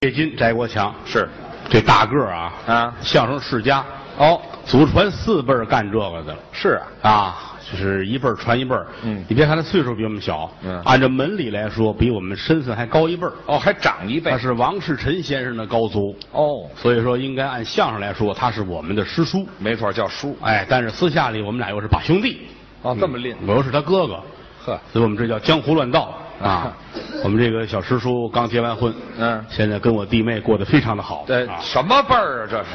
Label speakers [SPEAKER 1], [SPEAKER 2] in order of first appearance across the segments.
[SPEAKER 1] 叶金翟国强
[SPEAKER 2] 是
[SPEAKER 1] 这大个儿啊，
[SPEAKER 2] 啊
[SPEAKER 1] 相声世家，
[SPEAKER 2] 哦，
[SPEAKER 1] 祖传四辈儿干这个的
[SPEAKER 2] 是啊，
[SPEAKER 1] 啊，就是一辈儿传一辈儿。
[SPEAKER 2] 嗯
[SPEAKER 1] 你别看他岁数比我们小，
[SPEAKER 2] 嗯
[SPEAKER 1] 按照门里来说，比我们身份还高一辈儿。
[SPEAKER 2] 哦，还长一辈
[SPEAKER 1] 他是王世臣先生的高足，
[SPEAKER 2] 哦，
[SPEAKER 1] 所以说应该按相声来说，他是我们的师叔。
[SPEAKER 2] 没错，叫叔
[SPEAKER 1] 哎，但是私下里我们俩又是把兄弟。嗯
[SPEAKER 2] 哦，这么吝，
[SPEAKER 1] 我又是他哥哥，
[SPEAKER 2] 嗯呵，
[SPEAKER 1] 所以我们这叫江湖乱道啊
[SPEAKER 2] 啊。
[SPEAKER 1] 我们这个小师叔刚结完婚，
[SPEAKER 2] 嗯
[SPEAKER 1] 现在跟我弟妹过得非常的好。
[SPEAKER 2] 这
[SPEAKER 1] 啊
[SPEAKER 2] 什么辈儿啊？这是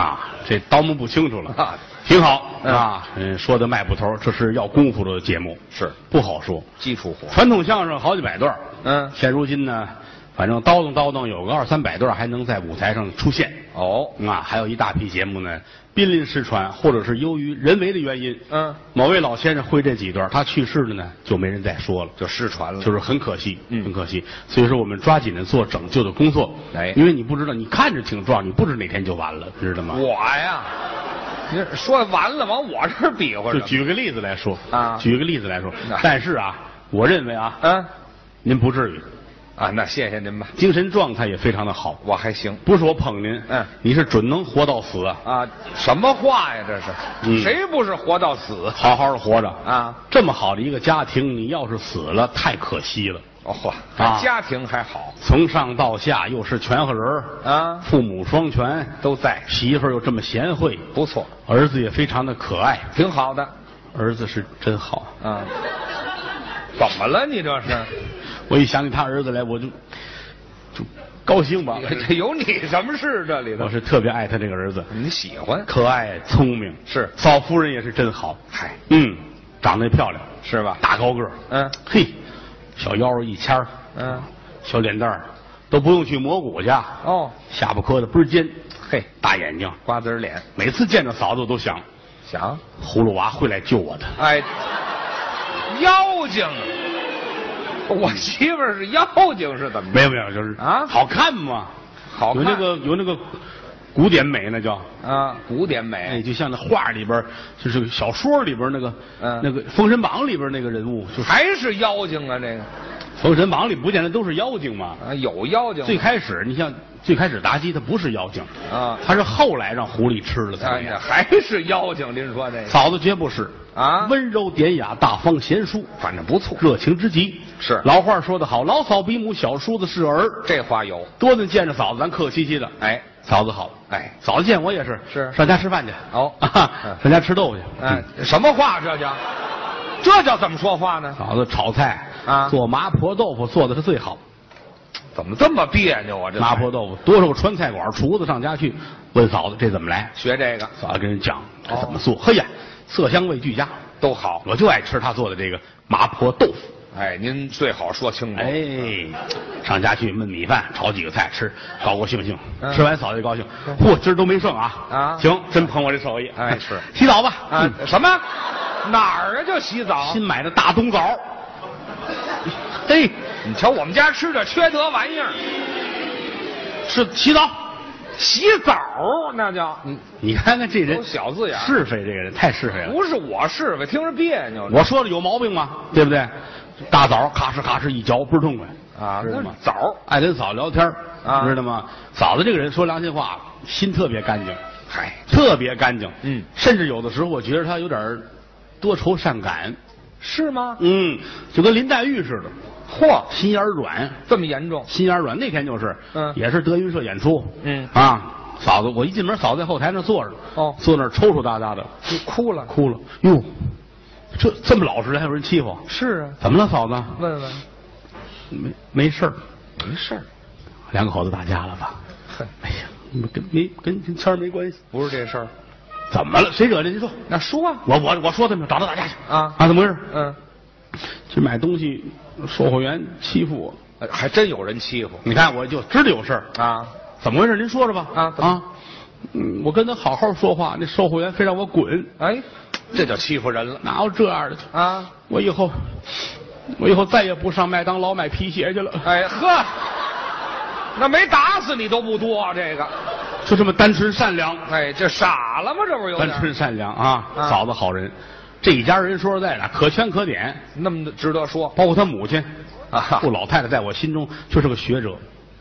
[SPEAKER 1] 啊，这刀目不清楚了，
[SPEAKER 2] 啊
[SPEAKER 1] 挺好
[SPEAKER 2] 嗯
[SPEAKER 1] 啊。嗯，说的迈步头，这是要功夫的节目，
[SPEAKER 2] 是
[SPEAKER 1] 不好说。
[SPEAKER 2] 基础活，
[SPEAKER 1] 传统相声好几百段儿，
[SPEAKER 2] 嗯，
[SPEAKER 1] 现如今呢，反正叨叨叨叨有个二三百段儿还能在舞台上出现
[SPEAKER 2] 哦，
[SPEAKER 1] 啊，还有一大批节目呢濒临失传，或者是由于人为的原因，
[SPEAKER 2] 嗯，
[SPEAKER 1] 某位老先生会这几段儿，他去世了呢，就没人再说了。
[SPEAKER 2] 就失传了，
[SPEAKER 1] 就是很可惜，
[SPEAKER 2] 嗯
[SPEAKER 1] 很可惜。所以说，我们抓紧的做拯救的工作，
[SPEAKER 2] 哎
[SPEAKER 1] 因为你不知道，你看着挺壮，你不知哪天就完了，知道吗？
[SPEAKER 2] 我呀，你这说完了往我这儿比划
[SPEAKER 1] 就
[SPEAKER 2] 着，
[SPEAKER 1] 举个例子来说
[SPEAKER 2] 啊
[SPEAKER 1] 举个例子来说
[SPEAKER 2] 那，
[SPEAKER 1] 但是啊，我认为啊，
[SPEAKER 2] 嗯
[SPEAKER 1] 您不至于，
[SPEAKER 2] 啊，那谢谢您吧，
[SPEAKER 1] 精神状态也非常的好，
[SPEAKER 2] 我还行
[SPEAKER 1] 不是我捧您，
[SPEAKER 2] 嗯
[SPEAKER 1] 你是准能活到死啊，
[SPEAKER 2] 啊，什么话呀？这是、
[SPEAKER 1] 嗯
[SPEAKER 2] 谁不是活到死
[SPEAKER 1] 好好的活着。
[SPEAKER 2] 啊？
[SPEAKER 1] 这么好的一个家庭，你要是死了，太可惜了。
[SPEAKER 2] 哦，嚯
[SPEAKER 1] 啊
[SPEAKER 2] 家庭还好
[SPEAKER 1] 从上到下又是全和人儿，
[SPEAKER 2] 啊，
[SPEAKER 1] 父母双全，
[SPEAKER 2] 都在，
[SPEAKER 1] 媳妇儿又这么贤惠，
[SPEAKER 2] 不错，
[SPEAKER 1] 儿子也非常的可爱，
[SPEAKER 2] 挺好的
[SPEAKER 1] 儿子是真好。
[SPEAKER 2] 啊。怎么了？你这是？
[SPEAKER 1] 我一想起他儿子来，我就就高兴吧。
[SPEAKER 2] 这有你什么事？这里头
[SPEAKER 1] 我是特别爱他这个儿子，
[SPEAKER 2] 你喜欢？
[SPEAKER 1] 可爱聪明，
[SPEAKER 2] 是
[SPEAKER 1] 嫂夫人也是真好，
[SPEAKER 2] 嗨，
[SPEAKER 1] 嗯，长得也漂亮，
[SPEAKER 2] 是吧？
[SPEAKER 1] 大高个儿，
[SPEAKER 2] 嗯
[SPEAKER 1] 嘿，小腰儿一掐儿，
[SPEAKER 2] 嗯，
[SPEAKER 1] 小脸蛋儿都不用去磨骨去，
[SPEAKER 2] 哦，
[SPEAKER 1] 下巴磕的倍儿尖，
[SPEAKER 2] 嘿，
[SPEAKER 1] 大眼睛，
[SPEAKER 2] 瓜子脸，
[SPEAKER 1] 每次见到嫂子我都想，
[SPEAKER 2] 想，
[SPEAKER 1] 葫芦娃会来救我的。
[SPEAKER 2] 哎，妖精，我媳妇儿是妖精是怎么着？
[SPEAKER 1] 没有没有，就是
[SPEAKER 2] 啊
[SPEAKER 1] 好看嘛，
[SPEAKER 2] 好看
[SPEAKER 1] 有那个有那个古典美那叫。
[SPEAKER 2] 啊，古典
[SPEAKER 1] 哎，
[SPEAKER 2] 美，
[SPEAKER 1] 就像那画里边儿，就是小说里边儿那个，
[SPEAKER 2] 嗯
[SPEAKER 1] 那个《封神榜》里边儿那个人物，就是《
[SPEAKER 2] 还是妖精啊？这个
[SPEAKER 1] 封神榜》里不见得都是妖精嘛。
[SPEAKER 2] 啊，有妖精吗
[SPEAKER 1] 最开始，你像最开始妲己她不是妖精，
[SPEAKER 2] 啊，
[SPEAKER 1] 她是后来让狐狸吃了才
[SPEAKER 2] 哎
[SPEAKER 1] 变
[SPEAKER 2] 呀，
[SPEAKER 1] 的。
[SPEAKER 2] 还是妖精？您说这个
[SPEAKER 1] 嫂子绝不是
[SPEAKER 2] 啊
[SPEAKER 1] 温柔典雅，大方贤淑，
[SPEAKER 2] 反正不错，
[SPEAKER 1] 热情之极。
[SPEAKER 2] 是
[SPEAKER 1] 老话说得好，老嫂比母，小叔子是儿。
[SPEAKER 2] 这话有，
[SPEAKER 1] 多的见着嫂子，咱客气气的。
[SPEAKER 2] 哎
[SPEAKER 1] 嫂子好，
[SPEAKER 2] 哎，
[SPEAKER 1] 嫂子见我也是，
[SPEAKER 2] 是
[SPEAKER 1] 上家吃饭去。
[SPEAKER 2] 哦
[SPEAKER 1] 啊上家吃豆腐去。嗯
[SPEAKER 2] 哎，什么话这叫？这叫怎么说话呢？
[SPEAKER 1] 嫂子炒菜
[SPEAKER 2] 啊
[SPEAKER 1] 做麻婆豆腐做的是最好。
[SPEAKER 2] 怎么这么别扭啊？这
[SPEAKER 1] 麻婆豆腐多少个川菜馆厨子上家去问嫂子这怎么来，
[SPEAKER 2] 学这个
[SPEAKER 1] 嫂子跟人
[SPEAKER 2] 哦
[SPEAKER 1] 讲这怎么做。嘿呀，色香味俱佳，
[SPEAKER 2] 都好。
[SPEAKER 1] 我就爱吃她做的这个麻婆豆腐。
[SPEAKER 2] 哎，您最好说清楚。
[SPEAKER 1] 哎，上家去焖米饭，炒几个菜吃，高高兴兴。
[SPEAKER 2] 嗯
[SPEAKER 1] 吃完嫂子就高兴，嚯，今儿都没剩啊！
[SPEAKER 2] 啊
[SPEAKER 1] 行，真捧我这手艺。
[SPEAKER 2] 哎是
[SPEAKER 1] 洗澡吧。
[SPEAKER 2] 啊
[SPEAKER 1] 嗯，
[SPEAKER 2] 什么？哪儿啊？就洗澡
[SPEAKER 1] 新？买的大冬枣。 嘿，
[SPEAKER 2] 你瞧我们家吃的缺德玩意儿，
[SPEAKER 1] 是洗澡。
[SPEAKER 2] 洗澡那叫嗯，
[SPEAKER 1] 你看看这人
[SPEAKER 2] 都，小字眼儿，
[SPEAKER 1] 是非这个人太是非了。
[SPEAKER 2] 不是我是非，听着别扭
[SPEAKER 1] 我说的有毛病吗？对不对？大枣咔哧咔哧一嚼，倍儿痛快。
[SPEAKER 2] 啊？
[SPEAKER 1] 知道
[SPEAKER 2] 那
[SPEAKER 1] 吗
[SPEAKER 2] 是澡，
[SPEAKER 1] 爱跟嫂聊天儿
[SPEAKER 2] 啊
[SPEAKER 1] 知道吗？嫂子这个人说良心话，心特别干净，
[SPEAKER 2] 嗨，
[SPEAKER 1] 特别干净。
[SPEAKER 2] 嗯
[SPEAKER 1] 甚至有的时候我觉得她有点儿多愁善感。
[SPEAKER 2] 是吗？
[SPEAKER 1] 嗯，就跟林黛玉似的，
[SPEAKER 2] 嚯，
[SPEAKER 1] 心眼儿软，
[SPEAKER 2] 这么严重？
[SPEAKER 1] 心眼儿软。那天就是，
[SPEAKER 2] 嗯
[SPEAKER 1] 也是德云社演出，
[SPEAKER 2] 嗯
[SPEAKER 1] 啊，嫂子，我一进门，嫂子在后台那坐着，
[SPEAKER 2] 哦
[SPEAKER 1] 坐那儿抽抽搭搭的，
[SPEAKER 2] 你哭了？
[SPEAKER 1] 哭了。哟，这这么老实的还有人欺负？
[SPEAKER 2] 是啊，
[SPEAKER 1] 怎么了，嫂子？
[SPEAKER 2] 问问，
[SPEAKER 1] 没没事儿，
[SPEAKER 2] 没事儿，
[SPEAKER 1] 两口子打架了吧？
[SPEAKER 2] 哼，
[SPEAKER 1] 哎呀，跟没跟跟谦儿没关系。
[SPEAKER 2] 不是这事儿，
[SPEAKER 1] 怎么了？谁惹的？您说。
[SPEAKER 2] 那说啊
[SPEAKER 1] 我我我说他们找他打架去
[SPEAKER 2] 啊
[SPEAKER 1] 啊？怎么回事？
[SPEAKER 2] 嗯，
[SPEAKER 1] 去买东西，售货员欺负我。
[SPEAKER 2] 呃还真有人欺负
[SPEAKER 1] 你看，我就知道有事儿。
[SPEAKER 2] 啊？
[SPEAKER 1] 怎么回事？您说说吧。
[SPEAKER 2] 啊怎么
[SPEAKER 1] 嗯，我跟他好好说话，那售货员非让我滚，
[SPEAKER 2] 哎，这叫欺负人了
[SPEAKER 1] 哪有这样的？
[SPEAKER 2] 啊！
[SPEAKER 1] 我以后，我以后再也不上麦当劳买皮鞋去了。
[SPEAKER 2] 哎呵，那没打死你都不多、啊、这个。
[SPEAKER 1] 就这么单纯善良，
[SPEAKER 2] 哎，这傻了吗？这不是有
[SPEAKER 1] 单
[SPEAKER 2] 点儿
[SPEAKER 1] 纯善良啊，
[SPEAKER 2] 啊
[SPEAKER 1] 嫂子好人，这一家人说实在的，可圈可点，
[SPEAKER 2] 那么的值得说
[SPEAKER 1] 包括他母亲
[SPEAKER 2] 啊
[SPEAKER 1] 顾老太太，在我心中就是个学者，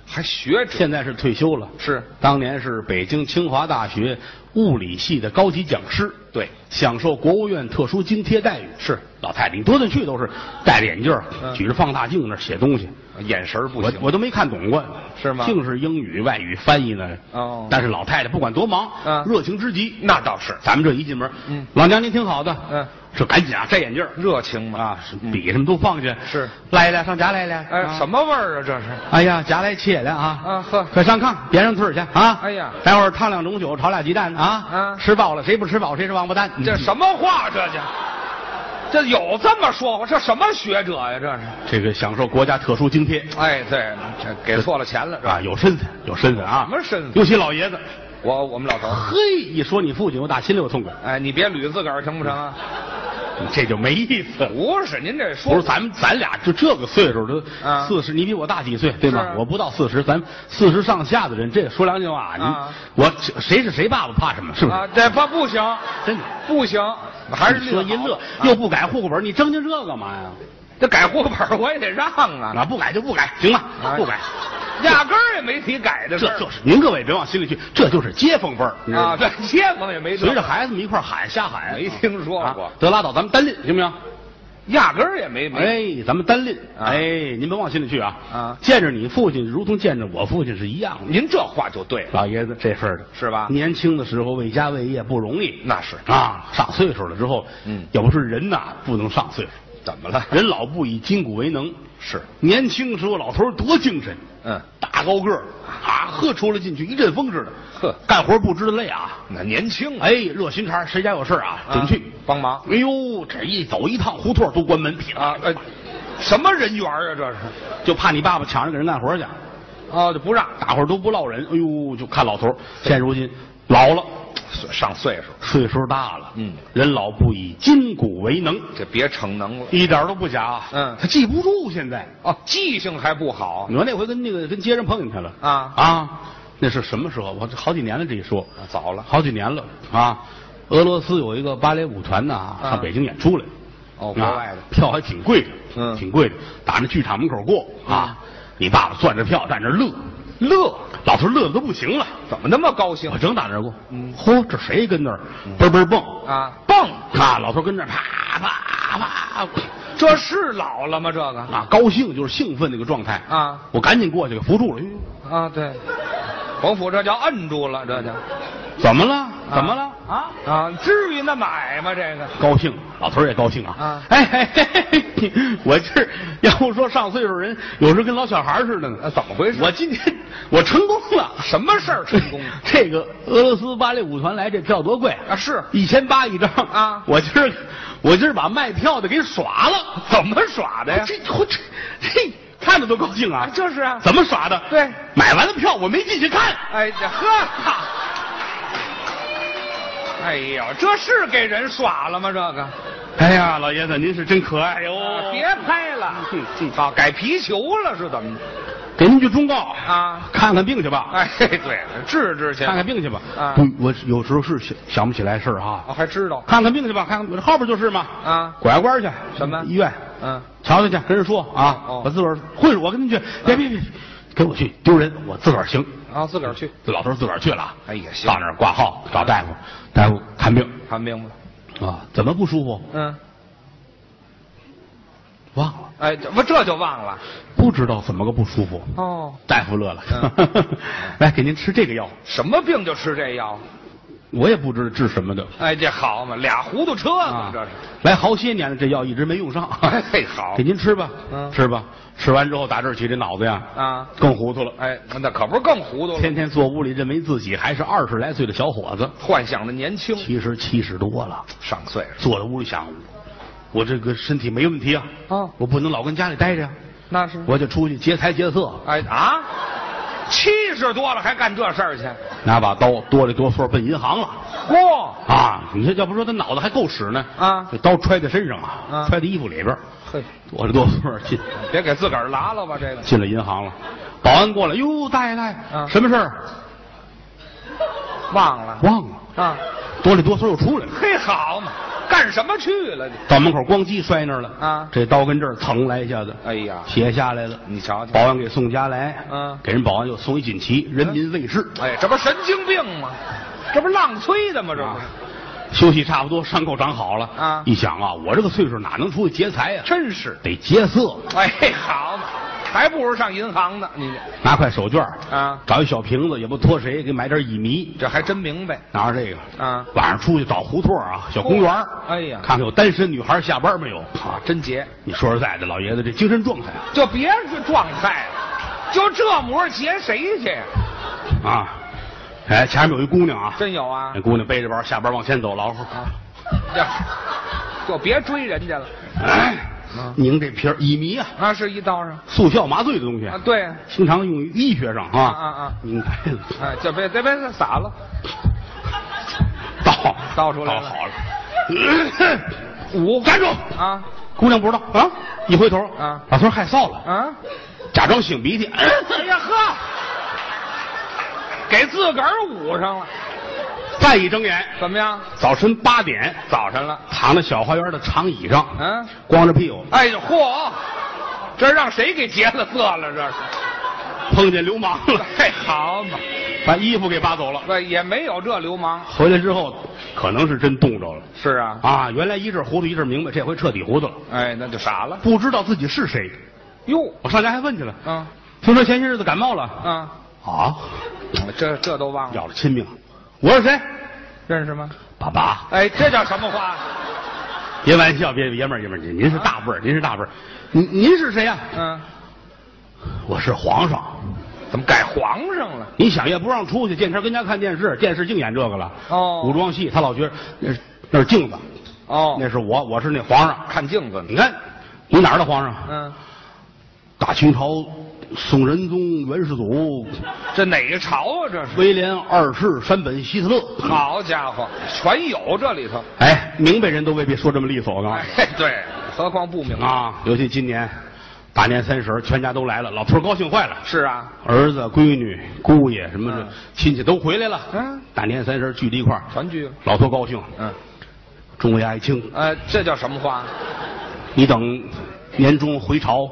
[SPEAKER 2] 还学者
[SPEAKER 1] 现在是退休了，
[SPEAKER 2] 是
[SPEAKER 1] 当年是北京清华大学物理系的高级讲师，
[SPEAKER 2] 对，
[SPEAKER 1] 享受国务院特殊津贴待遇。是老太太，你多的去都是戴着眼镜儿，
[SPEAKER 2] 嗯
[SPEAKER 1] 举着放大镜那儿写东西，
[SPEAKER 2] 眼神儿不
[SPEAKER 1] 我
[SPEAKER 2] 行，
[SPEAKER 1] 我都没看懂过，
[SPEAKER 2] 是吗
[SPEAKER 1] 净是英语、外语翻译呢。
[SPEAKER 2] 哦
[SPEAKER 1] 但是老太太不管多忙，
[SPEAKER 2] 嗯
[SPEAKER 1] 热情之极。
[SPEAKER 2] 那倒是
[SPEAKER 1] 咱们这一进门，
[SPEAKER 2] 嗯
[SPEAKER 1] 老娘您挺好的，
[SPEAKER 2] 嗯，
[SPEAKER 1] 这赶紧啊，摘眼镜儿
[SPEAKER 2] 热情嘛
[SPEAKER 1] 啊，是笔什么都放下，
[SPEAKER 2] 是
[SPEAKER 1] 来来上家来来，
[SPEAKER 2] 哎，
[SPEAKER 1] 啊
[SPEAKER 2] 什么味儿啊？这是
[SPEAKER 1] 哎呀，夹来切来啊！
[SPEAKER 2] 啊呵
[SPEAKER 1] 快上炕，别上炕去啊！
[SPEAKER 2] 哎呀
[SPEAKER 1] 待会儿烫两盅酒，炒俩鸡蛋啊！
[SPEAKER 2] 啊
[SPEAKER 1] 吃饱了谁不吃饱谁是王八蛋。嗯
[SPEAKER 2] 这
[SPEAKER 1] 么？
[SPEAKER 2] 什么话？这叫这有这么说话？这什么学者呀？这是
[SPEAKER 1] 这个享受国家特殊津贴
[SPEAKER 2] 哎，对了，这给错了钱了是吧？
[SPEAKER 1] 啊，有身份，有身份啊！
[SPEAKER 2] 什么身份
[SPEAKER 1] 尤其老爷子，
[SPEAKER 2] 我我们老头儿，
[SPEAKER 1] 嘿，一说你父亲，我打心里有痛快，
[SPEAKER 2] 哎，你别捋自个儿行不成啊？
[SPEAKER 1] 这就没意思了。
[SPEAKER 2] 不是，您这
[SPEAKER 1] 不
[SPEAKER 2] 说
[SPEAKER 1] 是咱们，咱俩就这个岁数都
[SPEAKER 2] 啊
[SPEAKER 1] 四十，你比我大几岁对
[SPEAKER 2] 是
[SPEAKER 1] 吗
[SPEAKER 2] 啊？
[SPEAKER 1] 我不到四十，咱四十上下的人，这说良心话，你
[SPEAKER 2] 啊
[SPEAKER 1] 我谁是谁爸爸，怕什么？是不是
[SPEAKER 2] 啊？，这不不行，
[SPEAKER 1] 真的。
[SPEAKER 2] 不行，还是
[SPEAKER 1] 你说
[SPEAKER 2] 好
[SPEAKER 1] 一乐，
[SPEAKER 2] 啊
[SPEAKER 1] 又不改户口本，你争这这干嘛呀？
[SPEAKER 2] 这改户口本儿我也得让啊，
[SPEAKER 1] 啊，不改就不改，行了，
[SPEAKER 2] 哎
[SPEAKER 1] 不改。
[SPEAKER 2] 压根儿也没提改的
[SPEAKER 1] 这
[SPEAKER 2] 事儿。
[SPEAKER 1] 就是您各位别往心里去，这就是街坊味儿你知道
[SPEAKER 2] 啊，
[SPEAKER 1] 吗
[SPEAKER 2] 对，街坊也没得
[SPEAKER 1] 随着孩子们一块儿喊瞎喊，
[SPEAKER 2] 没听说过
[SPEAKER 1] 啊得拉倒，咱们单拎行不行？
[SPEAKER 2] 压根儿也没没。
[SPEAKER 1] 哎，咱们单拎。
[SPEAKER 2] 啊
[SPEAKER 1] 哎，您别往心里去啊。
[SPEAKER 2] 啊
[SPEAKER 1] 见着你父亲，如同见着我父亲是一样的。
[SPEAKER 2] 您这话就对了，
[SPEAKER 1] 老爷子这份儿的
[SPEAKER 2] 是吧
[SPEAKER 1] 年轻的时候为家为业不容易，
[SPEAKER 2] 那是
[SPEAKER 1] 啊，上岁数了之后，
[SPEAKER 2] 嗯
[SPEAKER 1] 要不是人呐，不能上岁数。
[SPEAKER 2] 怎么了？
[SPEAKER 1] 人老不以筋骨为能，
[SPEAKER 2] 是，
[SPEAKER 1] 年轻时候老头儿多精神，
[SPEAKER 2] 嗯，
[SPEAKER 1] 大高个儿啊，呵出来进去一阵风似的，
[SPEAKER 2] 呵
[SPEAKER 1] 干活不知道累啊，
[SPEAKER 2] 那年轻啊
[SPEAKER 1] 哎，热心肠，谁家有事儿啊，
[SPEAKER 2] 啊
[SPEAKER 1] 准去。
[SPEAKER 2] 帮忙
[SPEAKER 1] 哎呦，这一走一趟胡同都关门，屁
[SPEAKER 2] 啊
[SPEAKER 1] 啦，
[SPEAKER 2] 哎，什么人缘啊？这是
[SPEAKER 1] 就怕你爸爸抢着给人干活去，
[SPEAKER 2] 啊，就不让
[SPEAKER 1] 大伙儿都不落人。哎呦，就看老头儿，
[SPEAKER 2] 嗯
[SPEAKER 1] 现如今老了，
[SPEAKER 2] 上岁数，
[SPEAKER 1] 岁数大了，
[SPEAKER 2] 嗯，
[SPEAKER 1] 人老不以筋骨为能，
[SPEAKER 2] 这别逞能了
[SPEAKER 1] 一点儿都不假啊。
[SPEAKER 2] 嗯
[SPEAKER 1] 他记不住现在。
[SPEAKER 2] 哦，记性还不好
[SPEAKER 1] 你说那回跟那个跟街上碰见他了
[SPEAKER 2] 啊
[SPEAKER 1] 啊，那是什么时候？我这好几年了，这一说
[SPEAKER 2] 啊早了
[SPEAKER 1] 好几年了啊。俄罗斯有一个芭蕾舞团呐，
[SPEAKER 2] 啊
[SPEAKER 1] 上北京演出来，
[SPEAKER 2] 哦，
[SPEAKER 1] 啊
[SPEAKER 2] 国外的
[SPEAKER 1] 票还挺贵的，
[SPEAKER 2] 嗯
[SPEAKER 1] 挺贵的，打那剧场门口过啊，你爸爸攥着票在那儿乐，乐，老头乐的都不行了，
[SPEAKER 2] 怎么那么高兴
[SPEAKER 1] 我正打那儿过，嚯，这谁跟那儿嘣嘣蹦
[SPEAKER 2] 嗯啊？蹦，
[SPEAKER 1] 啊，老头跟那儿啪啪啪，
[SPEAKER 2] 这是老了吗？这个
[SPEAKER 1] 啊，高兴就是兴奋那个状态
[SPEAKER 2] 啊
[SPEAKER 1] 我赶紧过去给扶住了，哎呦
[SPEAKER 2] 啊，对，甭府这叫摁住了，这叫
[SPEAKER 1] 怎么了？怎么了？啊？
[SPEAKER 2] 啊，至于那么矮吗？这个
[SPEAKER 1] 高兴，老头儿也高兴啊！
[SPEAKER 2] 啊
[SPEAKER 1] 哎嘿嘿嘿嘿，我这儿要不说上岁数人，有时候跟老小孩儿似的呢。
[SPEAKER 2] 啊怎么回事
[SPEAKER 1] 我今天我成功了，
[SPEAKER 2] 什么事儿成功了
[SPEAKER 1] 这个俄罗斯芭蕾舞团来这票多贵
[SPEAKER 2] 啊？是
[SPEAKER 1] 一千八一张
[SPEAKER 2] 啊
[SPEAKER 1] 我今儿我今儿把卖票的给耍了，
[SPEAKER 2] 怎么耍的呀？
[SPEAKER 1] 这我这这看着都高兴啊！
[SPEAKER 2] 就是啊，
[SPEAKER 1] 怎么耍的？
[SPEAKER 2] 对
[SPEAKER 1] 买完了票我没进去看。
[SPEAKER 2] 哎这呵，哎呦，这是给人耍了吗？这个、
[SPEAKER 1] 哎呀，老爷子您是真可爱哟！嗯
[SPEAKER 2] 啊别拍了，
[SPEAKER 1] 哼哼
[SPEAKER 2] 啊，改皮球了是怎么着？
[SPEAKER 1] 给您句忠告
[SPEAKER 2] 啊
[SPEAKER 1] 看看病去吧。
[SPEAKER 2] 哎，对，治治去，
[SPEAKER 1] 看看病去吧。
[SPEAKER 2] 啊
[SPEAKER 1] 不，我有时候是想想不起来事儿啊。
[SPEAKER 2] 哦，还知道
[SPEAKER 1] 看看病去吧，看看我这后边就是嘛。
[SPEAKER 2] 啊
[SPEAKER 1] 拐个弯去
[SPEAKER 2] 什么
[SPEAKER 1] 医院？
[SPEAKER 2] 嗯，
[SPEAKER 1] 瞧瞧去，跟人说啊。
[SPEAKER 2] 哦
[SPEAKER 1] 我自个儿会，我跟您去。别别别，跟我去丢人，我自个儿行。
[SPEAKER 2] 啊，自个儿去
[SPEAKER 1] 这老头儿自个儿去了。
[SPEAKER 2] 哎也行
[SPEAKER 1] 到那儿挂号找大夫，大夫看病
[SPEAKER 2] 看病吧。
[SPEAKER 1] 啊，怎么不舒服？
[SPEAKER 2] 嗯，
[SPEAKER 1] 忘了，
[SPEAKER 2] 哎，这不这就忘了
[SPEAKER 1] 不知道怎么个不舒服。
[SPEAKER 2] 哦。
[SPEAKER 1] 大夫乐了
[SPEAKER 2] 嗯，
[SPEAKER 1] 来给您吃这个药，
[SPEAKER 2] 什么病就吃这药？
[SPEAKER 1] 我也不知道治什么的。啊
[SPEAKER 2] 哎，这好嘛，俩糊涂车嘛，这是。
[SPEAKER 1] 来好些年了，这药一直没用上。
[SPEAKER 2] 哎好
[SPEAKER 1] 给您吃吧，
[SPEAKER 2] 嗯
[SPEAKER 1] 吃吧。吃完之后，打这儿起这脑子呀，
[SPEAKER 2] 啊
[SPEAKER 1] 更糊涂了。
[SPEAKER 2] 哎，那可不是更糊涂了？
[SPEAKER 1] 天天坐屋里，认为自己还是二十来岁的小伙子，
[SPEAKER 2] 幻想着年轻，
[SPEAKER 1] 其实七十多了。
[SPEAKER 2] 上岁
[SPEAKER 1] 坐在屋里想，我这个身体没问题啊，
[SPEAKER 2] 数啊，
[SPEAKER 1] 我不能老跟家里待着呀，
[SPEAKER 2] 那是
[SPEAKER 1] 我就出去劫财劫色，
[SPEAKER 2] 哎啊，七十多了还干这事儿去？
[SPEAKER 1] 拿把刀哆里哆嗦奔银行了。
[SPEAKER 2] 嚯，
[SPEAKER 1] 啊，你这要不说他脑子还够使呢
[SPEAKER 2] 啊
[SPEAKER 1] 这刀揣在身上啊，
[SPEAKER 2] 啊
[SPEAKER 1] 揣在衣服里边儿，
[SPEAKER 2] 嘿，
[SPEAKER 1] 哆里哆嗦进。
[SPEAKER 2] 别给自个儿拉了吧，这个
[SPEAKER 1] 进了银行了，保安过来，哟，大爷大爷，
[SPEAKER 2] 啊
[SPEAKER 1] 什么事儿？
[SPEAKER 2] 忘了
[SPEAKER 1] 忘了，
[SPEAKER 2] 啊？
[SPEAKER 1] 哆里哆嗦又出来了。
[SPEAKER 2] 嘿，好嘛，干什么去了？
[SPEAKER 1] 到门口咣叽摔那儿了
[SPEAKER 2] 啊
[SPEAKER 1] 这刀跟这儿蹭来一下子，
[SPEAKER 2] 哎呀
[SPEAKER 1] 血下来了。
[SPEAKER 2] 你瞧瞧
[SPEAKER 1] 保安给送家来，
[SPEAKER 2] 嗯
[SPEAKER 1] 给人保安又送一锦旗，人民卫士。
[SPEAKER 2] 哎，这不神经病吗？这不浪吹的吗？这不
[SPEAKER 1] 啊
[SPEAKER 2] 是，
[SPEAKER 1] 休息差不多，伤口长好了
[SPEAKER 2] 啊
[SPEAKER 1] 一想啊，我这个岁数哪能出去劫财呀？
[SPEAKER 2] 真是。
[SPEAKER 1] 得劫色，
[SPEAKER 2] 哎，好嘛，还不如上银行呢。你这
[SPEAKER 1] 拿块手绢儿
[SPEAKER 2] 啊
[SPEAKER 1] 找一小瓶子，也不托谁，给买点乙醚，
[SPEAKER 2] 这还真明白。
[SPEAKER 1] 拿着这个
[SPEAKER 2] 啊
[SPEAKER 1] 晚上出去找胡同啊，小公园儿
[SPEAKER 2] 嚯哎呀
[SPEAKER 1] 看看有单身女孩下班没有啊？
[SPEAKER 2] 真结，
[SPEAKER 1] 你说实在的，老爷子这精神状态
[SPEAKER 2] 就别是状态了，就这模儿结谁去呀？
[SPEAKER 1] 啊，哎，前面有一姑娘啊，
[SPEAKER 2] 真有啊
[SPEAKER 1] 那！姑娘背着包下班往前走，老虎，
[SPEAKER 2] 啊，这就别追人家了。
[SPEAKER 1] 哎
[SPEAKER 2] 啊，
[SPEAKER 1] 拧这瓶儿乙醚啊，
[SPEAKER 2] 啊，是一道上
[SPEAKER 1] 速效麻醉的东西
[SPEAKER 2] 啊，对，
[SPEAKER 1] 经常用于医学上啊
[SPEAKER 2] 啊啊
[SPEAKER 1] 拧开了，
[SPEAKER 2] 哎，就别别别撒了，
[SPEAKER 1] 倒
[SPEAKER 2] 倒出来了
[SPEAKER 1] 好了，呃
[SPEAKER 2] 五
[SPEAKER 1] 站住！
[SPEAKER 2] 啊
[SPEAKER 1] 姑娘不知道啊，一回头
[SPEAKER 2] 啊
[SPEAKER 1] 老头儿害臊了，
[SPEAKER 2] 啊！
[SPEAKER 1] 假装擤 鼻涕，
[SPEAKER 2] 哎呀呵，给自个儿捂上了，
[SPEAKER 1] 再一睁眼，
[SPEAKER 2] 怎么样？
[SPEAKER 1] 早晨八点，
[SPEAKER 2] 早晨了，
[SPEAKER 1] 躺在小花园的长椅上，
[SPEAKER 2] 嗯，
[SPEAKER 1] 光着屁股，
[SPEAKER 2] 哎呀嚯，这让谁给劫了色了？这是，
[SPEAKER 1] 碰见流氓了，
[SPEAKER 2] 嘿，好嘛，
[SPEAKER 1] 把衣服给扒走了。
[SPEAKER 2] 不也没有这流氓。
[SPEAKER 1] 回来之后，可能是真冻着了
[SPEAKER 2] 是啊，
[SPEAKER 1] 啊！原来一阵糊涂一阵明白，这回彻底糊涂了，
[SPEAKER 2] 哎，那就傻了。
[SPEAKER 1] 不知道自己是谁。
[SPEAKER 2] 哟，
[SPEAKER 1] 我上家还问去了，
[SPEAKER 2] 啊
[SPEAKER 1] 听说前些日子感冒了
[SPEAKER 2] 啊，
[SPEAKER 1] 啊，
[SPEAKER 2] 这这都忘了，
[SPEAKER 1] 要了亲命。我是谁？
[SPEAKER 2] 认识吗？
[SPEAKER 1] 爸爸。
[SPEAKER 2] 哎，这叫什么话？
[SPEAKER 1] 别玩笑，别爷们儿爷们儿，您您是大辈儿，您是大辈儿，您您是谁呀、
[SPEAKER 2] 嗯，
[SPEAKER 1] 我是皇上。
[SPEAKER 2] 怎么改皇上了？
[SPEAKER 1] 你想也不让出去，见天跟家看电视，电视净演这个了。
[SPEAKER 2] 哦
[SPEAKER 1] 古装戏，他老觉得那是那是镜子，
[SPEAKER 2] 哦
[SPEAKER 1] 那是我，我是那皇上。
[SPEAKER 2] 看镜子呢。
[SPEAKER 1] 你看，你哪儿的皇上？
[SPEAKER 2] 嗯，
[SPEAKER 1] 大清朝宋仁宗、元世 祖、
[SPEAKER 2] 这哪个朝啊？这是？
[SPEAKER 1] 威廉二世、山本希特勒。
[SPEAKER 2] 好家伙，全有这里头。
[SPEAKER 1] 哎，明白人都未必说这么利索，我 告诉
[SPEAKER 2] 哎
[SPEAKER 1] 你，
[SPEAKER 2] 对，何况不明白。
[SPEAKER 1] 啊，尤其今年大年三十儿，全家都来了，老头儿高兴坏了。
[SPEAKER 2] 是啊，
[SPEAKER 1] 儿子、闺女、姑爷什么的、
[SPEAKER 2] 嗯
[SPEAKER 1] 亲戚都回来了。
[SPEAKER 2] 嗯，
[SPEAKER 1] 大年三十儿聚在一块儿，
[SPEAKER 2] 全聚了。
[SPEAKER 1] 老头高兴，
[SPEAKER 2] 嗯，
[SPEAKER 1] 众位爱卿，
[SPEAKER 2] 呃，这叫什么 话？
[SPEAKER 1] 你等年终回朝，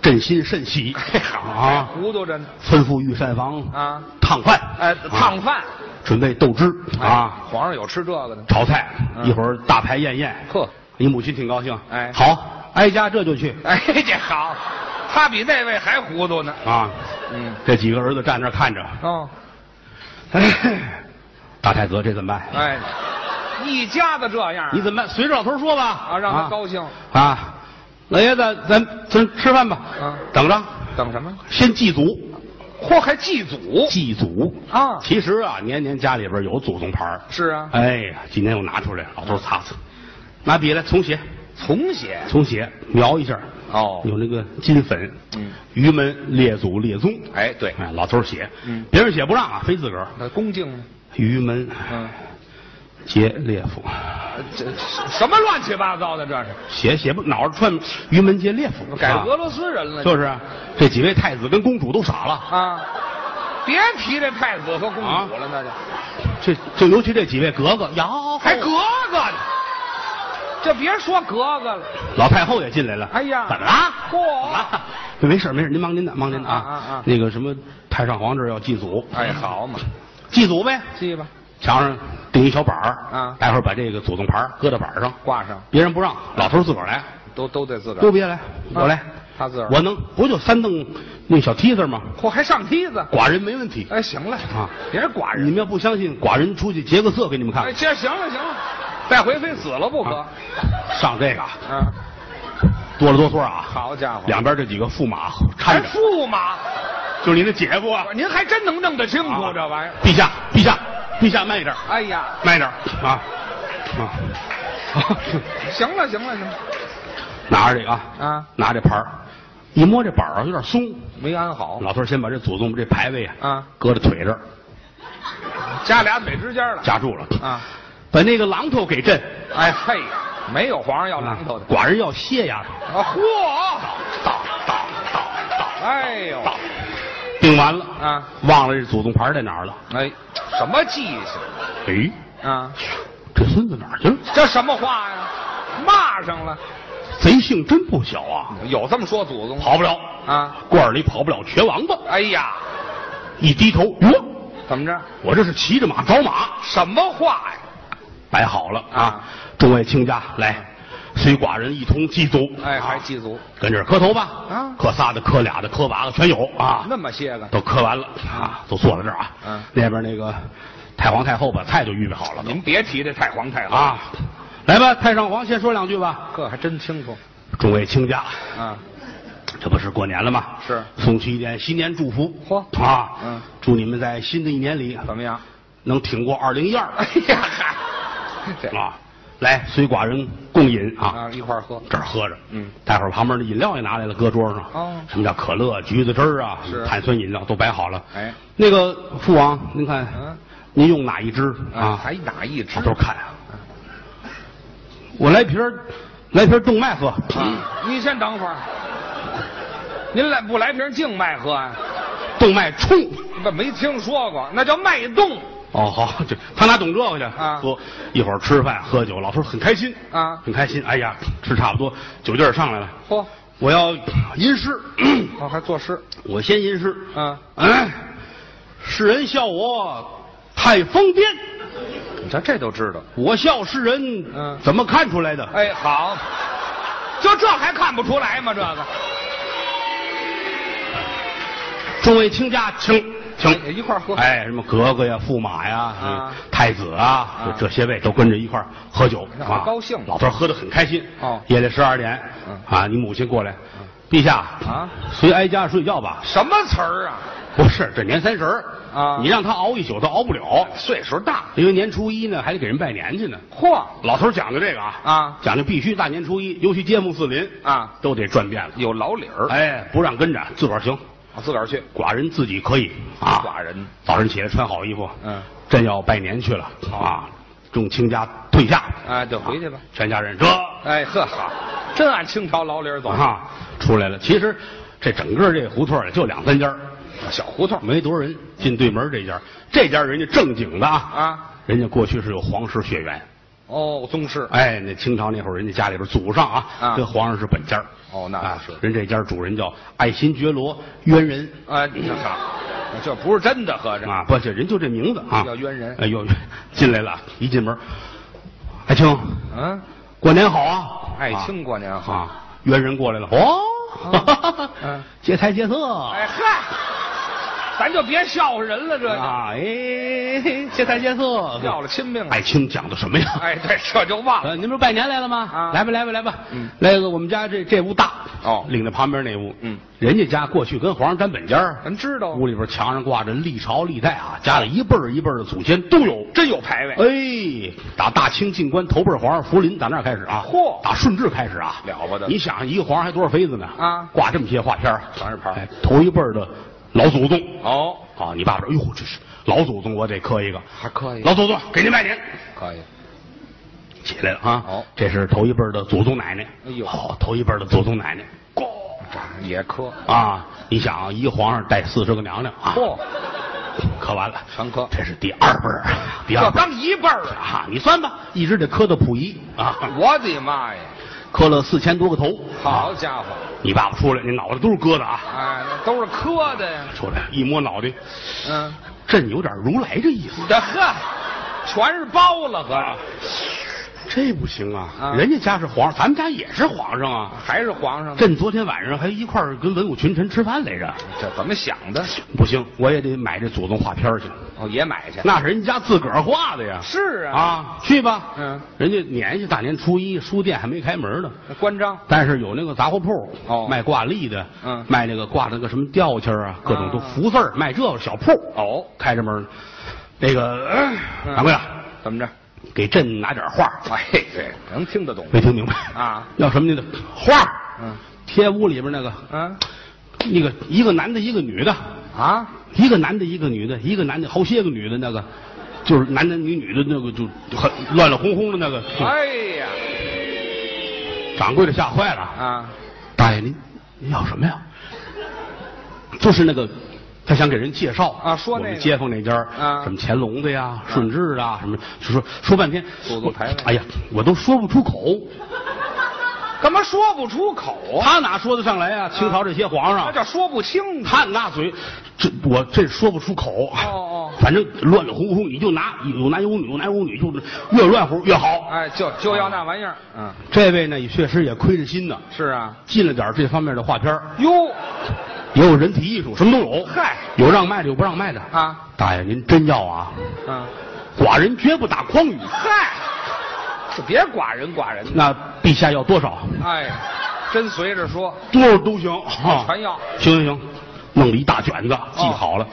[SPEAKER 1] 朕心甚 喜。啊，
[SPEAKER 2] 糊涂着呢。
[SPEAKER 1] 吩咐御膳房
[SPEAKER 2] 啊
[SPEAKER 1] 烫饭，
[SPEAKER 2] 哎，烫饭
[SPEAKER 1] 啊，准备豆汁
[SPEAKER 2] 哎
[SPEAKER 1] 啊，
[SPEAKER 2] 皇上有吃这个的。
[SPEAKER 1] 炒菜，
[SPEAKER 2] 嗯
[SPEAKER 1] 一会儿大排宴宴。
[SPEAKER 2] 呵，
[SPEAKER 1] 你母亲挺高兴。
[SPEAKER 2] 哎
[SPEAKER 1] 好，哀家这就去
[SPEAKER 2] 哎，这好，他比那位还糊涂呢。
[SPEAKER 1] 啊。
[SPEAKER 2] 嗯，
[SPEAKER 1] 这几个儿子站那儿看着，
[SPEAKER 2] 哦，
[SPEAKER 1] 哎，大太子这怎么办？
[SPEAKER 2] 哎，一家子这样啊，
[SPEAKER 1] 你怎么办？随着老头儿说吧。
[SPEAKER 2] 啊，让他高兴。
[SPEAKER 1] 啊，老爷子，咱咱吃饭吧。
[SPEAKER 2] 嗯
[SPEAKER 1] 等着，
[SPEAKER 2] 等什么？
[SPEAKER 1] 先祭祖，
[SPEAKER 2] 嚯，还祭祖
[SPEAKER 1] 祭祖。
[SPEAKER 2] 啊？
[SPEAKER 1] 其实啊，年年家里边有祖宗牌儿
[SPEAKER 2] 是啊，
[SPEAKER 1] 哎呀，今天我拿出来，老头儿擦擦，拿笔来重写，
[SPEAKER 2] 从写
[SPEAKER 1] 重写，描一下，
[SPEAKER 2] 哦
[SPEAKER 1] 有那个金粉，
[SPEAKER 2] 嗯，
[SPEAKER 1] 于门列祖列宗，
[SPEAKER 2] 哎，对，
[SPEAKER 1] 哎，老头儿写，
[SPEAKER 2] 嗯
[SPEAKER 1] 别人写不让啊，非自个儿，
[SPEAKER 2] 那恭敬呢，
[SPEAKER 1] 于门
[SPEAKER 2] 嗯，
[SPEAKER 1] 杰列夫，
[SPEAKER 2] 呃这什么乱七八糟的这是？
[SPEAKER 1] 写写不脑子串于门杰列夫，
[SPEAKER 2] 改
[SPEAKER 1] 啊
[SPEAKER 2] 俄罗斯人了，
[SPEAKER 1] 就是啊这几位太子跟公主都傻了。
[SPEAKER 2] 啊！别提这太子和公主
[SPEAKER 1] 啊
[SPEAKER 2] 了，那就
[SPEAKER 1] 这就尤其这几位格格，呀，
[SPEAKER 2] 还格格呢，这别说格格了，
[SPEAKER 1] 老太后也进来了。
[SPEAKER 2] 哎呀
[SPEAKER 1] 怎么了？
[SPEAKER 2] 嚯
[SPEAKER 1] 啊没事没事，您忙您的，忙您的啊。
[SPEAKER 2] 啊啊啊
[SPEAKER 1] 那个什么，太上皇这儿要祭祖，
[SPEAKER 2] 哎，好嘛，
[SPEAKER 1] 祭祖呗。
[SPEAKER 2] 记吧，
[SPEAKER 1] 墙上钉一小板儿，
[SPEAKER 2] 啊
[SPEAKER 1] 待会儿把这个祖宗牌儿搁到板儿上，
[SPEAKER 2] 挂上，
[SPEAKER 1] 别人不让，老头儿自个儿来，
[SPEAKER 2] 都都得自个
[SPEAKER 1] 都
[SPEAKER 2] 儿，
[SPEAKER 1] 别来，我来，
[SPEAKER 2] 啊他自个儿，
[SPEAKER 1] 我能，不就三凳那小梯子吗？
[SPEAKER 2] 嚯，还上梯子，
[SPEAKER 1] 寡人没问题。
[SPEAKER 2] 哎，行了
[SPEAKER 1] 啊
[SPEAKER 2] 别寡
[SPEAKER 1] 你
[SPEAKER 2] 人，
[SPEAKER 1] 们要不相信，寡人出去劫个色给你们看
[SPEAKER 2] 哎，这行了行了，再回非死了不可，
[SPEAKER 1] 啊上这个啊
[SPEAKER 2] 啊，
[SPEAKER 1] 哆了哆嗦啊，
[SPEAKER 2] 好家伙，
[SPEAKER 1] 两边这几个驸马
[SPEAKER 2] 还
[SPEAKER 1] 搀着，
[SPEAKER 2] 驸马，
[SPEAKER 1] 就是你的姐夫啊。
[SPEAKER 2] 您还真能弄得清
[SPEAKER 1] 啊
[SPEAKER 2] 楚哎这玩意儿，
[SPEAKER 1] 陛下，陛下，陛下，慢一点，
[SPEAKER 2] 哎呀，
[SPEAKER 1] 慢一点啊啊！
[SPEAKER 2] 行了行了行了，
[SPEAKER 1] 拿着这个啊，
[SPEAKER 2] 啊，
[SPEAKER 1] 拿这牌儿，一摸这板儿啊有点松。
[SPEAKER 2] 没安好，
[SPEAKER 1] 老头儿先把这祖宗这牌位啊，
[SPEAKER 2] 啊，
[SPEAKER 1] 搁在腿这儿
[SPEAKER 2] 夹俩腿之间了，
[SPEAKER 1] 夹住了，
[SPEAKER 2] 啊，
[SPEAKER 1] 把那个榔头给震。啊
[SPEAKER 2] 哎嘿，没有皇上要榔头的。
[SPEAKER 1] 寡人要歇呀，
[SPEAKER 2] 啊，嚯！
[SPEAKER 1] 当当当当
[SPEAKER 2] 哎呦，
[SPEAKER 1] 当，定完了
[SPEAKER 2] 啊，
[SPEAKER 1] 忘了这祖宗牌在哪儿了。
[SPEAKER 2] 哎，什么记性
[SPEAKER 1] 哎，
[SPEAKER 2] 啊？
[SPEAKER 1] 这孙子哪儿去了？
[SPEAKER 2] 这什么话呀？骂上了，
[SPEAKER 1] 贼性真不小啊，
[SPEAKER 2] 有这么说祖宗？
[SPEAKER 1] 跑不了
[SPEAKER 2] 嗯啊，
[SPEAKER 1] 罐儿里跑不了瘸王八。
[SPEAKER 2] 哎呀，
[SPEAKER 1] 一低头，哟，
[SPEAKER 2] 怎么着？
[SPEAKER 1] 我这是骑着马找马，
[SPEAKER 2] 什么话呀？
[SPEAKER 1] 摆好了啊
[SPEAKER 2] 啊！
[SPEAKER 1] 众位亲家来，随寡人一同祭祖。
[SPEAKER 2] 哎，
[SPEAKER 1] 啊
[SPEAKER 2] 还祭祖
[SPEAKER 1] 跟这儿磕头吧。
[SPEAKER 2] 啊
[SPEAKER 1] 磕仨的、磕俩的、磕八个全有啊，
[SPEAKER 2] 那么些个，
[SPEAKER 1] 都磕完了啊，都坐在这儿啊。
[SPEAKER 2] 嗯
[SPEAKER 1] 那边那个太皇太后把菜都预备好了都
[SPEAKER 2] 您别提这太皇太后，
[SPEAKER 1] 啊。来吧，太上皇先说两句吧。
[SPEAKER 2] 这还真清楚
[SPEAKER 1] 众位亲家，
[SPEAKER 2] 啊。
[SPEAKER 1] 这不是过年了吗？
[SPEAKER 2] 是
[SPEAKER 1] 送去一点新年祝福。
[SPEAKER 2] 嚯
[SPEAKER 1] 啊，
[SPEAKER 2] 嗯
[SPEAKER 1] 祝你们在新的一年里
[SPEAKER 2] 怎么样？
[SPEAKER 1] 能挺过二零一二。
[SPEAKER 2] 哎呀， 嗨，这
[SPEAKER 1] 啊，来，随寡人共饮啊
[SPEAKER 2] 啊，，一块儿喝，
[SPEAKER 1] 这儿喝着。
[SPEAKER 2] 嗯，
[SPEAKER 1] 待会儿旁边的饮料也拿来了，搁桌上。
[SPEAKER 2] 哦
[SPEAKER 1] 什么叫可乐、橘子汁儿啊
[SPEAKER 2] 是，
[SPEAKER 1] 碳酸饮料都摆好了。
[SPEAKER 2] 哎，
[SPEAKER 1] 那个父王，您看
[SPEAKER 2] 嗯，
[SPEAKER 1] 您用哪一支
[SPEAKER 2] 啊，
[SPEAKER 1] 啊？
[SPEAKER 2] 还哪一支
[SPEAKER 1] 往？头看啊。我来瓶儿，来瓶儿动脉喝。
[SPEAKER 2] 啊，你先等会儿，您来不来瓶静脉喝啊？
[SPEAKER 1] 动脉冲。
[SPEAKER 2] 不没听说过，那叫脉动
[SPEAKER 1] 哦，好， 这他哪懂这个去？
[SPEAKER 2] 啊
[SPEAKER 1] 喝一会儿吃饭喝酒，老头儿很开心
[SPEAKER 2] 啊
[SPEAKER 1] 很开心。哎呀，吃差不多，酒劲儿上来了。
[SPEAKER 2] 嚯，
[SPEAKER 1] 我要吟诗，
[SPEAKER 2] 哦，还作诗，
[SPEAKER 1] 我先吟诗。
[SPEAKER 2] 嗯，
[SPEAKER 1] 嗯，世人笑我太疯癫，
[SPEAKER 2] 你瞧这都知道。
[SPEAKER 1] 我笑世人，
[SPEAKER 2] 嗯
[SPEAKER 1] 怎么看出来的？
[SPEAKER 2] 哎，好，就这还看不出来吗？这个，
[SPEAKER 1] 众位卿家，请
[SPEAKER 2] 哎
[SPEAKER 1] 请
[SPEAKER 2] 一块儿喝
[SPEAKER 1] 哎，什么格格呀、驸马呀、
[SPEAKER 2] 啊
[SPEAKER 1] 嗯太子啊，
[SPEAKER 2] 啊
[SPEAKER 1] 这这些位都跟着一块儿喝酒
[SPEAKER 2] 那
[SPEAKER 1] 啊，
[SPEAKER 2] 高兴
[SPEAKER 1] 老头儿喝得很开心。
[SPEAKER 2] 哦
[SPEAKER 1] 夜里十二点
[SPEAKER 2] 嗯，
[SPEAKER 1] 啊，你母亲过来，陛下
[SPEAKER 2] 啊，
[SPEAKER 1] 随哀家睡觉吧。
[SPEAKER 2] 什么词儿啊？
[SPEAKER 1] 不是，这年三十儿
[SPEAKER 2] 啊
[SPEAKER 1] 你让他熬一宿，他熬不了，
[SPEAKER 2] 岁数大，
[SPEAKER 1] 因为年初一呢还得给人拜年去呢。
[SPEAKER 2] 嚯，
[SPEAKER 1] 老头儿讲究这个啊
[SPEAKER 2] 啊
[SPEAKER 1] 讲究必须大年初一，尤其街坊四邻
[SPEAKER 2] 啊
[SPEAKER 1] 都得转遍了。
[SPEAKER 2] 有老理儿，
[SPEAKER 1] 哎，不让跟着，自个儿行，
[SPEAKER 2] 我自个儿去。
[SPEAKER 1] 寡人自己可以啊。
[SPEAKER 2] 寡人
[SPEAKER 1] 早晨起来穿好衣服，
[SPEAKER 2] 嗯，
[SPEAKER 1] 真要拜年去了啊，众卿家退下，啊
[SPEAKER 2] 哎，就回去吧。
[SPEAKER 1] 全家人这
[SPEAKER 2] 哎呵，好，真按清朝老理儿走。
[SPEAKER 1] 啊出来了。其实这整个这胡同儿也就两三家儿，
[SPEAKER 2] 小胡同
[SPEAKER 1] 没多少人。进对门这家儿，这家儿人家正经的啊，
[SPEAKER 2] 啊，
[SPEAKER 1] 人家过去是有皇室血缘。
[SPEAKER 2] 哦，宗室，
[SPEAKER 1] 哎，那清朝那会儿，人家家里边祖上啊，
[SPEAKER 2] 啊
[SPEAKER 1] 跟皇上是本家儿
[SPEAKER 2] 哦那
[SPEAKER 1] 啊
[SPEAKER 2] 是
[SPEAKER 1] 人这家主人叫爱新觉罗渊人
[SPEAKER 2] 哎，这好，这不是真的，合着
[SPEAKER 1] 啊，不，这人就这名字啊，
[SPEAKER 2] 叫渊人
[SPEAKER 1] 哎呦，进来了，一进门，爱卿，
[SPEAKER 2] 嗯，
[SPEAKER 1] 过年好啊！
[SPEAKER 2] 爱卿过年好
[SPEAKER 1] 啊，渊人过来了，哦
[SPEAKER 2] 啊， 嗯
[SPEAKER 1] 劫财劫色，
[SPEAKER 2] 哎嗨，咱就别笑话人了，这个
[SPEAKER 1] 啊，哎，劫财劫色，
[SPEAKER 2] 要了亲命了
[SPEAKER 1] 爱。卿讲的什么呀？
[SPEAKER 2] 哎，对，这就忘了。
[SPEAKER 1] 呃，您不是拜年来了吗？
[SPEAKER 2] 啊
[SPEAKER 1] 来吧，来吧，来吧。
[SPEAKER 2] 嗯
[SPEAKER 1] 来个我们家这这屋大
[SPEAKER 2] 哦
[SPEAKER 1] 领着旁边那屋。
[SPEAKER 2] 嗯，
[SPEAKER 1] 人家家过去跟皇上沾本家儿
[SPEAKER 2] 咱知道
[SPEAKER 1] 屋里边墙上挂着历朝历代啊，家里一辈儿一辈儿的祖先都有。
[SPEAKER 2] 真有排位，
[SPEAKER 1] 哎，打大清进关头辈儿皇上福临，打那儿开始啊？
[SPEAKER 2] 嚯
[SPEAKER 1] 打顺治开始啊？
[SPEAKER 2] 了不得
[SPEAKER 1] 你想一个皇上还多少妃子呢？
[SPEAKER 2] 啊
[SPEAKER 1] 挂这么些画片儿
[SPEAKER 2] 全是牌儿
[SPEAKER 1] 哎头一辈儿的老祖宗。
[SPEAKER 2] 哦，
[SPEAKER 1] 啊，你爸爸说，哎呦，这是老祖宗，我得磕一个。
[SPEAKER 2] 还可以，
[SPEAKER 1] 老祖宗，给您拜年。
[SPEAKER 2] 可以，
[SPEAKER 1] 起来了啊！
[SPEAKER 2] 好
[SPEAKER 1] 这是头一辈儿的祖宗奶奶。
[SPEAKER 2] 哎呦
[SPEAKER 1] 好、头一辈儿的祖宗奶奶。咣
[SPEAKER 2] 也磕，
[SPEAKER 1] 啊！你想啊，一个皇上带四十个娘娘啊，
[SPEAKER 2] 嚯，
[SPEAKER 1] 磕完了，
[SPEAKER 2] 全磕
[SPEAKER 1] 这是第二辈儿，第二
[SPEAKER 2] 这
[SPEAKER 1] 辈儿
[SPEAKER 2] 刚一辈儿啊！
[SPEAKER 1] 啊，你算吧，一直得磕到溥仪啊，
[SPEAKER 2] 我的妈呀，
[SPEAKER 1] 磕了四千多个头。
[SPEAKER 2] 好
[SPEAKER 1] 啊
[SPEAKER 2] 家伙，
[SPEAKER 1] 你爸爸出来，你脑袋都是疙瘩啊！
[SPEAKER 2] 哎，那都是磕的呀，
[SPEAKER 1] 出来一摸脑袋，
[SPEAKER 2] 嗯，
[SPEAKER 1] 朕有点如来这意思，
[SPEAKER 2] 这呵，全是包了，合着
[SPEAKER 1] 这不行啊！
[SPEAKER 2] 啊
[SPEAKER 1] 人家家是皇上，咱们家也是皇上啊。
[SPEAKER 2] 还是皇上呢，
[SPEAKER 1] 朕昨天晚上还一块儿跟文武群臣吃饭来着。
[SPEAKER 2] 这怎么想的？
[SPEAKER 1] 不行，我也得买这祖宗画片儿去，
[SPEAKER 2] 哦，也买去，
[SPEAKER 1] 那是人家自个儿画的呀。
[SPEAKER 2] 是啊，
[SPEAKER 1] 哎啊，去吧。
[SPEAKER 2] 嗯，
[SPEAKER 1] 人家年纪大年初一，书店还没开门呢，
[SPEAKER 2] 那关张，
[SPEAKER 1] 但是有那个杂货铺，
[SPEAKER 2] 哦
[SPEAKER 1] 卖挂历的，
[SPEAKER 2] 嗯
[SPEAKER 1] 卖那个挂那个什么吊签儿啊，各种
[SPEAKER 2] 啊
[SPEAKER 1] 都福字儿，卖这个小铺，
[SPEAKER 2] 哦，
[SPEAKER 1] 开着门呢。那个呃
[SPEAKER 2] 嗯
[SPEAKER 1] 掌柜的，
[SPEAKER 2] 怎么着？
[SPEAKER 1] 给朕拿点画。
[SPEAKER 2] 哎，对，能听得懂，
[SPEAKER 1] 没听明白
[SPEAKER 2] 啊？
[SPEAKER 1] 要什么您的画？
[SPEAKER 2] 嗯，
[SPEAKER 1] 贴屋里边那个，
[SPEAKER 2] 嗯，
[SPEAKER 1] 那个一个男的，一个女的，
[SPEAKER 2] 啊，
[SPEAKER 1] 一个男的，一个女的，一个男的，好些个女的，那个就是男男女女的那个，就就很乱乱哄哄的那个。
[SPEAKER 2] 哎呀，
[SPEAKER 1] 掌柜的吓坏了，
[SPEAKER 2] 啊，
[SPEAKER 1] 大爷您您要什么呀？就是那个他想给人介绍
[SPEAKER 2] 啊说那个
[SPEAKER 1] 我们街坊那家儿
[SPEAKER 2] 啊
[SPEAKER 1] 什么乾隆的呀、顺治的啊，什么就说说半天，
[SPEAKER 2] 祖宗牌位
[SPEAKER 1] 我哎呀，我都说不出口，
[SPEAKER 2] 干嘛说不出口啊？
[SPEAKER 1] 他哪说得上来啊？清朝这些皇上
[SPEAKER 2] 那，叫说不清楚。
[SPEAKER 1] 他那嘴，这我这说不出口。
[SPEAKER 2] 哦哦
[SPEAKER 1] 反正乱乱哄哄，你就拿有男有女，有男有女，就是越乱乎越好。
[SPEAKER 2] 哎，就就要那玩意儿。嗯，
[SPEAKER 1] 这位呢，也确实也亏着心呢，
[SPEAKER 2] 是啊。
[SPEAKER 1] 进了点儿这方面的画片儿
[SPEAKER 2] 哟，
[SPEAKER 1] 也有人体艺术，什么都有。
[SPEAKER 2] 嗨
[SPEAKER 1] 有让卖的，有不让卖的
[SPEAKER 2] 啊！
[SPEAKER 1] 大爷，您真要啊？
[SPEAKER 2] 嗯，
[SPEAKER 1] 寡人绝不打诳语。
[SPEAKER 2] 嗨，就别寡人寡人的。
[SPEAKER 1] 那陛下要多少？
[SPEAKER 2] 哎，真随着说，
[SPEAKER 1] 多少都行啊哦
[SPEAKER 2] 全要
[SPEAKER 1] 行行行，弄了一大卷子，记好了。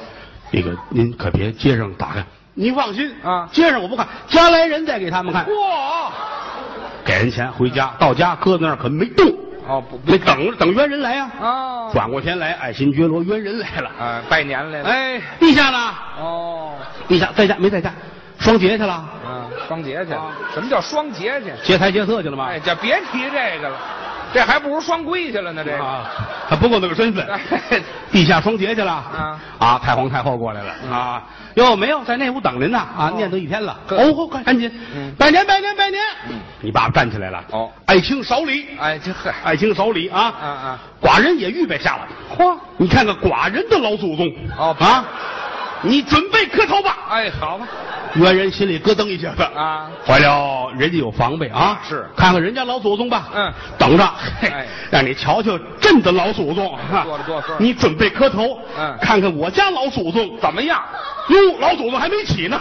[SPEAKER 1] 那个您可别街上打开，您放心
[SPEAKER 2] 啊
[SPEAKER 1] 街上我不看，家来人再给他们看。
[SPEAKER 2] 嚯！
[SPEAKER 1] 哦给人钱回家，到家搁在那儿可没动，
[SPEAKER 2] 哦不不
[SPEAKER 1] 得等着等冤人来呀、啊
[SPEAKER 2] 哦
[SPEAKER 1] 转过天来，爱新觉罗冤人来了。
[SPEAKER 2] 哎，拜年来了。哎，
[SPEAKER 1] 陛下呢？
[SPEAKER 2] 哦，
[SPEAKER 1] 陛下在家没在家？双节去了？
[SPEAKER 2] 嗯，双节去
[SPEAKER 1] 啊。
[SPEAKER 2] 什么叫双节去？
[SPEAKER 1] 劫财劫色去了吗？
[SPEAKER 2] 哎，就别提这个了，这还不如双规去了呢。这个，
[SPEAKER 1] 啊，还不够那个身份。
[SPEAKER 2] 哎
[SPEAKER 1] 陛下双节去了。
[SPEAKER 2] 啊嗯
[SPEAKER 1] 啊，太皇太后过来了啊！哟，没有，在那屋等您呢啊，
[SPEAKER 2] 哦
[SPEAKER 1] 念叨一天了。
[SPEAKER 2] 可
[SPEAKER 1] 哦，快赶紧
[SPEAKER 2] 嗯，
[SPEAKER 1] 拜年拜年拜年！你爸爸站起来了。
[SPEAKER 2] 哦
[SPEAKER 1] 爱卿少礼，
[SPEAKER 2] 哎，这嗨，
[SPEAKER 1] 爱卿少礼啊！
[SPEAKER 2] 啊啊，
[SPEAKER 1] 寡人也预备下了。
[SPEAKER 2] 嚯，
[SPEAKER 1] 你看看寡人的老祖宗
[SPEAKER 2] 哦
[SPEAKER 1] 啊，你准备磕头吧。
[SPEAKER 2] 哎，好吧，
[SPEAKER 1] 元人心里咯噔一下子
[SPEAKER 2] 啊，
[SPEAKER 1] 坏了，人家有防备啊，
[SPEAKER 2] 是
[SPEAKER 1] 看看人家老祖宗吧，
[SPEAKER 2] 嗯，
[SPEAKER 1] 等着，嘿
[SPEAKER 2] 哎
[SPEAKER 1] 让你瞧瞧朕的老祖宗，哈
[SPEAKER 2] 做了做事儿
[SPEAKER 1] 你准备磕头，
[SPEAKER 2] 嗯
[SPEAKER 1] 看看我家老祖宗
[SPEAKER 2] 怎么样？
[SPEAKER 1] 哟，老祖宗还没起呢，